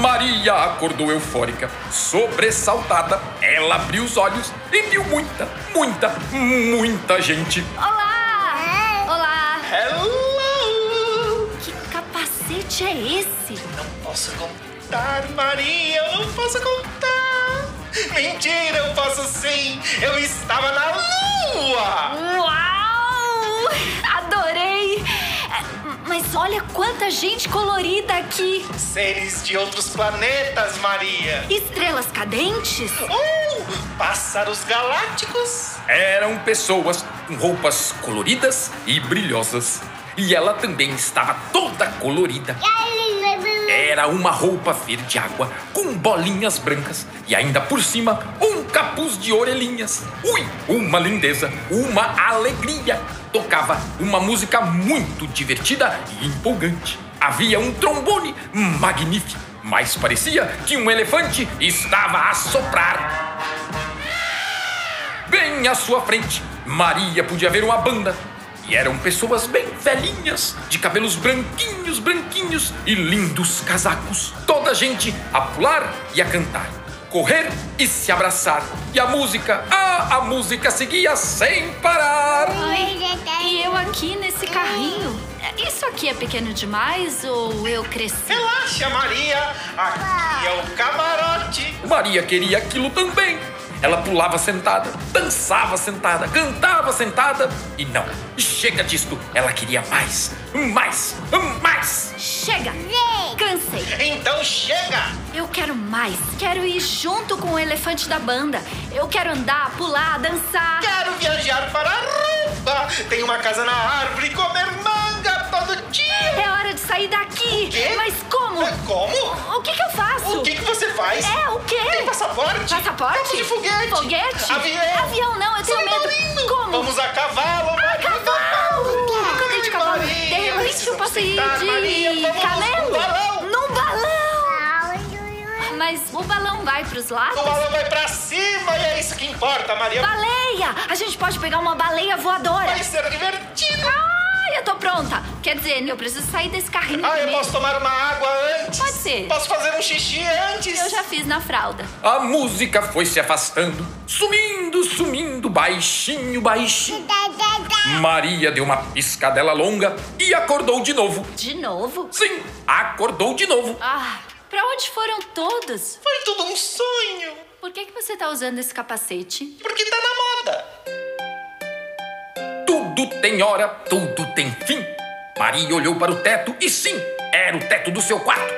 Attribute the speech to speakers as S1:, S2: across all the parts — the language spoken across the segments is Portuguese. S1: Maria acordou eufórica. Sobressaltada, ela abriu os olhos e viu muita, muita, muita gente.
S2: Olá!
S3: É.
S2: Olá!
S4: Hello!
S2: Que capacete é esse?
S4: Não posso contar, Maria, eu não posso contar. Mentira, eu posso sim. Eu estava na lua.
S2: Uau! Adorei! É, Mas olha quanta gente colorida aqui!
S4: Seres de outros planetas, Maria.
S2: Estrelas cadentes?
S4: Uh, pássaros galácticos.
S1: Eram pessoas com roupas coloridas e brilhosas. E ela também estava toda colorida. Era uma roupa verde água com bolinhas brancas e ainda por cima um capuz de orelhinhas. Ui, uma lindeza, uma alegria. Tocava uma música muito divertida e empolgante. Havia um trombone magnífico, mas parecia que um elefante estava a soprar. Bem à sua frente, Maria podia ver uma banda. E eram pessoas bem velhinhas, de cabelos branquinhos, branquinhos e lindos casacos. Toda a gente a pular e a cantar, correr e se abraçar. E a música, ah, a música seguia sem parar.
S2: Ai, e eu aqui nesse carrinho? Isso aqui é pequeno demais ou eu cresci?
S4: Relaxa, Maria. Aqui é o camarote.
S1: Maria queria aquilo também. Ela pulava sentada, dançava sentada, cantava sentada e não, chega disto. Ela queria mais, mais, mais.
S2: Chega! Cansei!
S4: Então chega.
S2: Eu quero mais! Quero ir junto com o elefante da banda! Eu quero andar, pular, dançar!
S4: Quero viajar para Aruba. Tem uma casa na árvore e comer manga todo dia.
S2: É hora de sair daqui!
S4: quê?
S2: Mas como?
S4: É, Como?
S2: O que que eu faço?
S4: O que, que você faz?
S2: É, o quê?
S4: Tem passaporte?
S2: Passaporte?
S4: Vamos de foguete.
S2: Foguete? É.
S4: Avião.
S2: Avião não, eu tenho
S4: Sim,
S2: medo.
S4: lindo.
S2: Como?
S4: Vamos a cavalo,
S2: Ah,
S4: Maria.
S2: cavalo! Nunca andei de
S4: Ai,
S2: cavalo.
S4: Maria,
S2: de repente eu
S4: precisamos
S2: passei
S4: sentar,
S2: de
S4: Maria, vamos
S2: camelo.
S4: no balão.
S2: Num balão. Ah, Mas o balão vai pros lados?
S4: O balão vai pra cima e é isso que importa, Maria.
S2: Baleia! A gente pode pegar uma baleia voadora.
S4: Vai ser divertido.
S2: Ai, eu tô pronta. Quer dizer, eu preciso sair desse carrinho
S4: Ah, eu
S2: primeiro.
S4: posso tomar uma água antes?
S2: Pode ser.
S4: Posso fazer um xixi antes?
S2: Eu já fiz na fralda.
S1: A música foi se afastando, sumindo, sumindo, baixinho, baixinho. Maria deu uma piscadela longa e acordou de novo.
S2: De novo?
S1: Sim, acordou de novo.
S2: Ah, pra onde foram todos?
S4: Foi tudo um sonho.
S2: Por que, que você tá usando esse capacete?
S4: Porque tá na moda.
S1: Tudo tem hora, tudo tem fim. Maria olhou para o teto e sim, era o teto do seu quarto.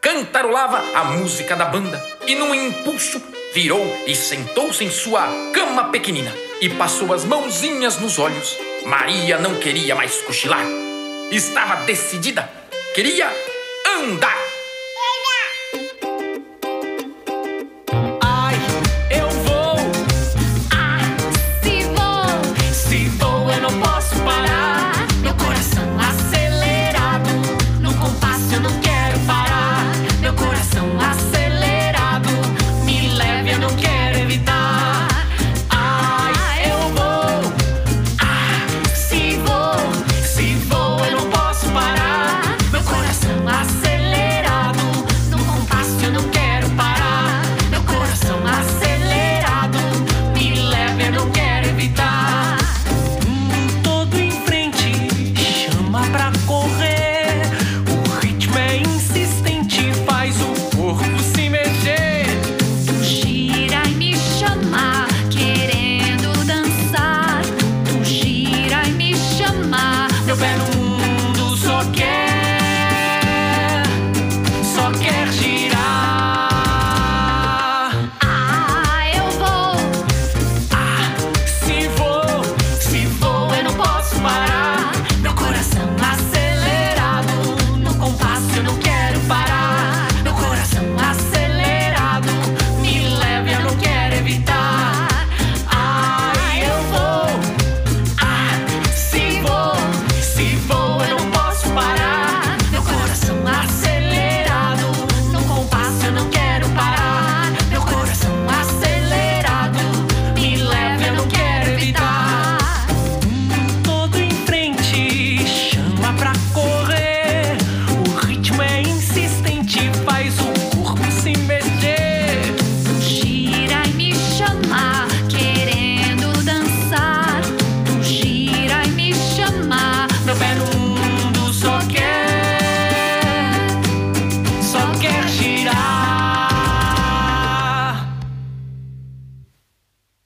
S1: Cantarolava a música da banda e, num impulso, virou e sentou-se em sua cama pequenina e passou as mãozinhas nos olhos. Maria não queria mais cochilar. Estava decidida. Queria andar.
S5: Ai, eu vou,
S2: Se vou,
S5: se vou eu não posso parar. Meu coração acelerado, no compasso eu não quero parar. Meu coração acelerado, me leve eu não quero evitar. Ai, eu vou, ah, se vou, se vou eu não posso parar. Meu coração acelerado, no compasso eu não quero parar. Meu coração acelerado, me leve eu não quero evitar mundo todo em frente, chama pra correr. O ritmo é insistente, faz o corpo se mexer.
S2: tu gira e me chama, querendo dançar. Tu gira e me chama.
S5: Meu belo mundo só quer
S2: ah,
S5: é